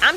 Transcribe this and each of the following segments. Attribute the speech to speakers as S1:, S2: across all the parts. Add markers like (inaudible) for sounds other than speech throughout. S1: I'm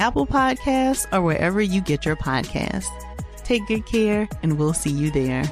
S2: Apple Podcasts, or wherever you get your podcasts. Take good care, and we'll see you there.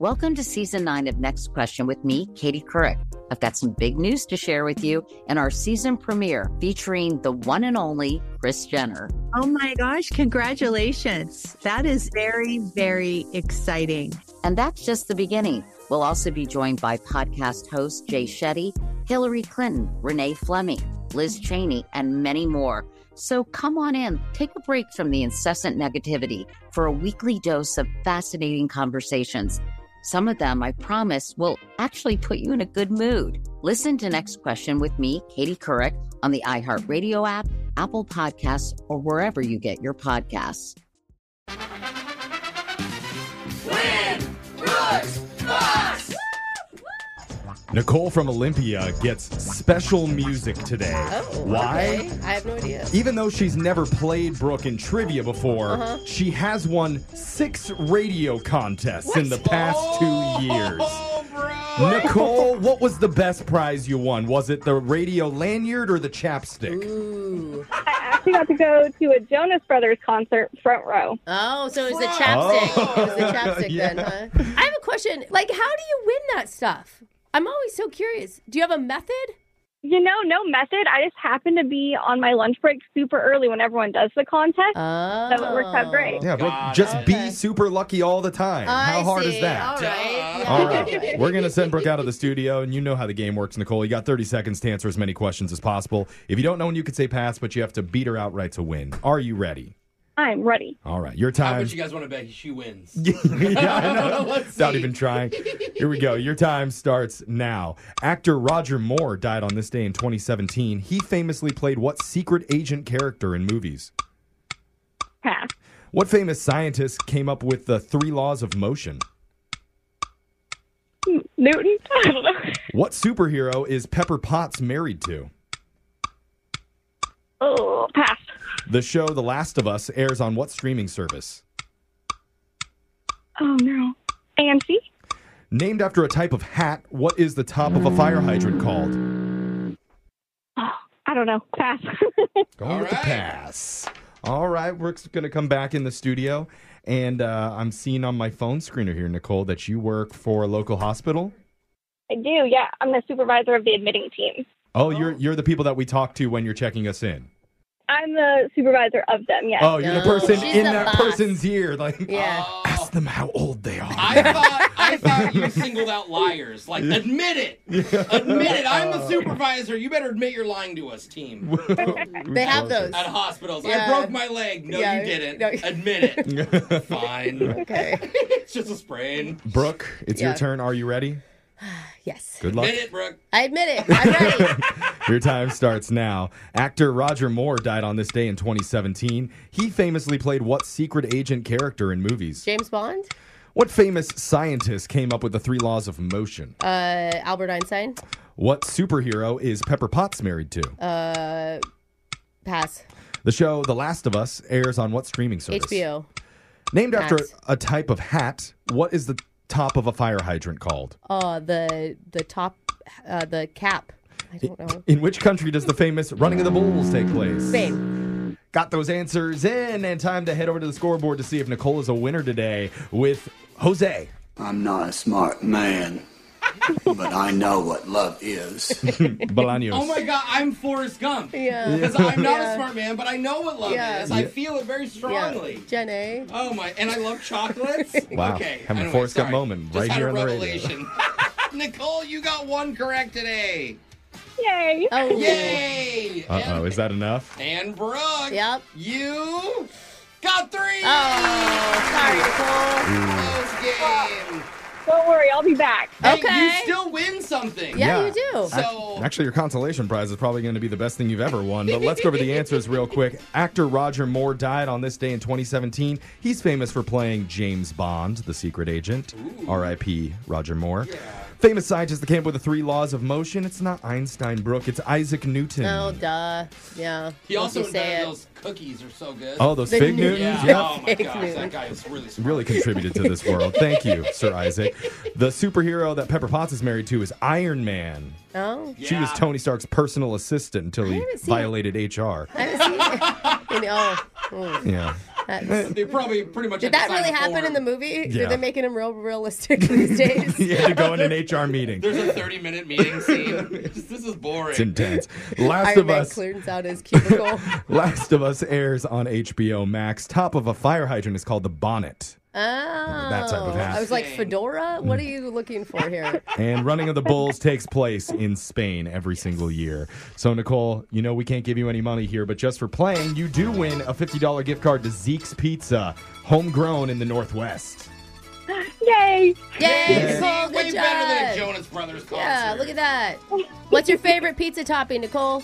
S3: Welcome to season nine of Next Question with me, Katie Couric. I've got some big news to share with you in our season premiere featuring the one and only Chris Jenner.
S4: Oh my gosh, congratulations. That is very, very exciting.
S3: And that's just the beginning. We'll also be joined by podcast host Jay Shetty, Hillary Clinton, Renee Fleming, Liz Cheney, and many more. So come on in, take a break from the incessant negativity for a weekly dose of fascinating conversations. Some of them, I promise, will actually put you in a good mood. Listen to Next Question with me, Katie Couric, on the iHeartRadio app, Apple Podcasts, or wherever you get your podcasts.
S5: Nicole from Olympia gets special music today. Why?
S6: Oh, I have no idea.
S5: Even though she's never played Brooke in trivia before,
S6: Uh-huh.
S5: she has won six radio contests in the past two years.
S6: Oh,
S5: Nicole, what was the best prize you won? Was it the radio lanyard or the chapstick?
S7: I actually got to go to a Jonas Brothers concert front row.
S6: Oh, so it was the chapstick. It was the chapstick
S5: Yeah.
S6: then, huh? I have a question. Like, how do you win that stuff? I'm always so curious. Do you have a method?
S7: You know, no method. I just happened to be on my lunch break super early when everyone does the contest.
S6: Oh.
S7: So it works out great.
S5: Yeah, Brooke,
S8: Got
S5: just
S6: it.
S5: be
S6: Okay.
S5: super lucky all the time. How
S6: I
S5: hard
S6: see.
S5: is that?
S6: All right.
S8: (laughs)
S5: All right. We're going to send Brooke out of the studio, and you know how the game works, Nicole. You got 30 seconds to answer as many questions as possible. If you don't know when you can say pass, but you have to beat her outright to win. Are you ready?
S7: I'm ready.
S5: All right. Your time.
S8: (laughs) guys want to bet she wins?
S5: (laughs) yeah, I know.
S8: (laughs) Let's
S5: Not
S8: see.
S5: even trying. Here we go. Your time starts now. Actor Roger Moore died on this day in 2017. He famously played what secret agent character in movies?
S7: Pass.
S5: What famous scientist came up with the three laws of motion?
S7: Newton? (laughs) I don't know.
S5: What superhero is Pepper Potts married to?
S7: Oh, pass.
S5: The show The Last of Us airs on what streaming service?
S7: Oh, no. AMC?
S5: Named after a type of hat, what is the top of a fire hydrant called?
S7: Oh, I don't know. Pass. (laughs)
S5: Going with the pass. All right, we're going to come back in the studio. And uh, I'm seeing on my phone screener here, Nicole, that you work for a local hospital.
S7: I do, yeah. I'm the supervisor of the admitting team.
S5: Oh, you're you're the people that we talk to when you're checking us in.
S7: I'm the supervisor of them, yes.
S5: Oh, you're the
S6: No,
S5: person
S6: she's
S5: in
S6: the
S5: that
S6: boss.
S5: person's ear. Like,
S6: Yeah.
S5: ask them how old they are.
S8: I thought I thought you singled out liars. Like, admit
S5: (laughs)
S8: it. Admit it. I'm
S5: Uh,
S8: the supervisor. You better admit you're lying to us,
S5: (laughs)
S8: team.
S6: They have those.
S8: At hospitals.
S6: Yeah.
S8: I broke my leg. No,
S6: Yeah,
S8: you didn't.
S6: no.
S8: Admit it. Fine.
S6: Okay.
S8: it's just a sprain.
S5: Brooke, it's your
S6: Yeah.
S5: turn. Are you ready?
S6: Yes.
S5: Good luck.
S8: Admit it, Brooke.
S6: I admit it.
S5: (laughs)
S6: I'm ready.
S5: Your time starts now. Actor Roger Moore died on this day in 2017. He famously played what secret agent character in movies?
S6: James Bond,
S5: What famous scientist came up with the three laws of motion?
S6: uh, Albert Einstein,
S5: What superhero is Pepper Potts married to?
S6: pass.
S5: the show The Last of Us airs on what streaming service?
S6: HBO.
S5: Named after
S6: Nice.
S5: a type of hat, what is the top of a fire hydrant called?
S6: Uh, the the top, uh, the cap. I don't know.
S5: In which country does the famous Running of the Bulls take place?
S6: Spain.
S5: Got those answers in, and time to head over to the scoreboard to see if Nicole is a winner today with Jose.
S9: I'm not a smart man, but I know what love is.
S5: (laughs) Bolaños.
S8: Oh my god, I'm Forrest Gump.
S6: Yeah.
S8: Because I'm not
S6: Yeah.
S8: a smart man, but I know what love
S6: Yeah.
S8: is.
S5: Yeah.
S8: I feel it very strongly.
S6: Gen A.
S8: Oh my, and I love
S6: (laughs)
S8: chocolates.
S5: Wow.
S8: Okay.
S5: Having a
S8: anyway,
S5: Forrest Gump
S8: sorry.
S5: moment
S8: Just
S5: right
S8: had
S5: here
S8: a
S5: on the radio.
S8: revelation. Nicole, you got one correct today.
S7: Yay.
S6: Oh.
S8: Yay!
S5: Uh oh, is that enough?
S8: And Brooke,
S6: Yep.
S8: you got three.
S6: Oh,
S8: Close game.
S7: Don't worry, I'll be back.
S8: Hey,
S6: Okay.
S8: you still win something.
S6: Yeah, you do.
S8: So-
S5: Actually, your consolation prize is probably going to be the best thing you've ever won. But let's go over the answers real quick. Actor Roger Moore died on this day in 2017. He's famous for playing James Bond, the secret agent. R.I.P. Roger Moore. Famous scientist that came up with the three laws of motion. It's not Einstein, Brooke. It's Isaac Newton.
S6: Oh, duh. Yeah.
S8: He
S6: Don't
S8: also
S6: you say
S8: invented
S6: it.
S8: those cookies are so good.
S5: Oh, those The fig Newtons,
S8: Yeah.
S5: yeah.
S8: Oh my
S6: Fig
S8: gosh, that
S6: Newtons.
S8: guy is really smart.
S5: Really contributed to this world. Thank you, Sir Isaac. The superhero that Pepper Potts is married to is Iron Man.
S6: Oh.
S5: She was Tony Stark's personal assistant until he
S6: haven't seen-
S5: violated HR.
S6: I haven't seen it. In- oh. mm.
S5: Yeah.
S6: That's-
S8: They probably pretty much. had
S6: Did that
S8: to sign
S6: really
S8: a
S6: happen
S8: form.
S6: in the movie?
S5: Yeah.
S6: Are they making him real realistic (laughs) these days?
S5: (laughs) you had to go in an HR meeting.
S8: There's a 30 minute meeting scene. Just- this is boring.
S5: It's intense. Last
S6: Iron
S5: of
S6: Man
S5: Us.
S6: cleans out his cubicle.
S5: Last of Us airs on HBO Max. Top of a fire hydrant is called the bonnet.
S6: oh,
S5: That type of hat.
S6: I was like fedora. What are you looking for here?
S5: And running of the bulls takes place in Spain every single year. So Nicole, you know we can't give you any money here, but just for playing, you do win a $50 gift card to Zeke's Pizza, homegrown in the Northwest.
S7: Yay.
S6: Yay,
S8: See,
S6: Nicole,
S8: way
S6: good
S8: better than a
S6: job.
S8: Jonas Brothers concert.
S6: Yeah, look at that. What's your favorite pizza topping, Nicole?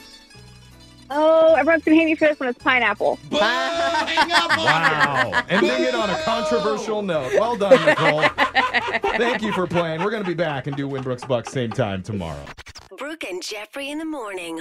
S7: Oh, everyone's gonna hate me for this one. It's pineapple.
S8: Boo! Hang up on her.
S5: (laughs) Wow. Ending it on a controversial note. Well done, Nicole. Thank you for playing. We're going to be back and do Winbrooks Bucks same time tomorrow.
S10: Brooke and Jeffrey in the morning.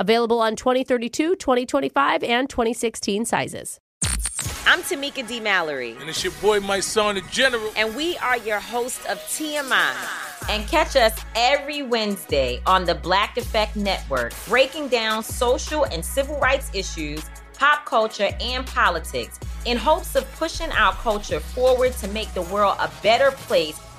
S6: Available on 2032, 2025, and 2016 sizes.
S1: I'm Tamika D. Mallory. And it's your boy, my son, the General. And we are your hosts of TMI. And catch us every Wednesday on the Black Effect Network, breaking down social and civil rights issues, pop culture, and politics in hopes of pushing our culture forward to make the world a better place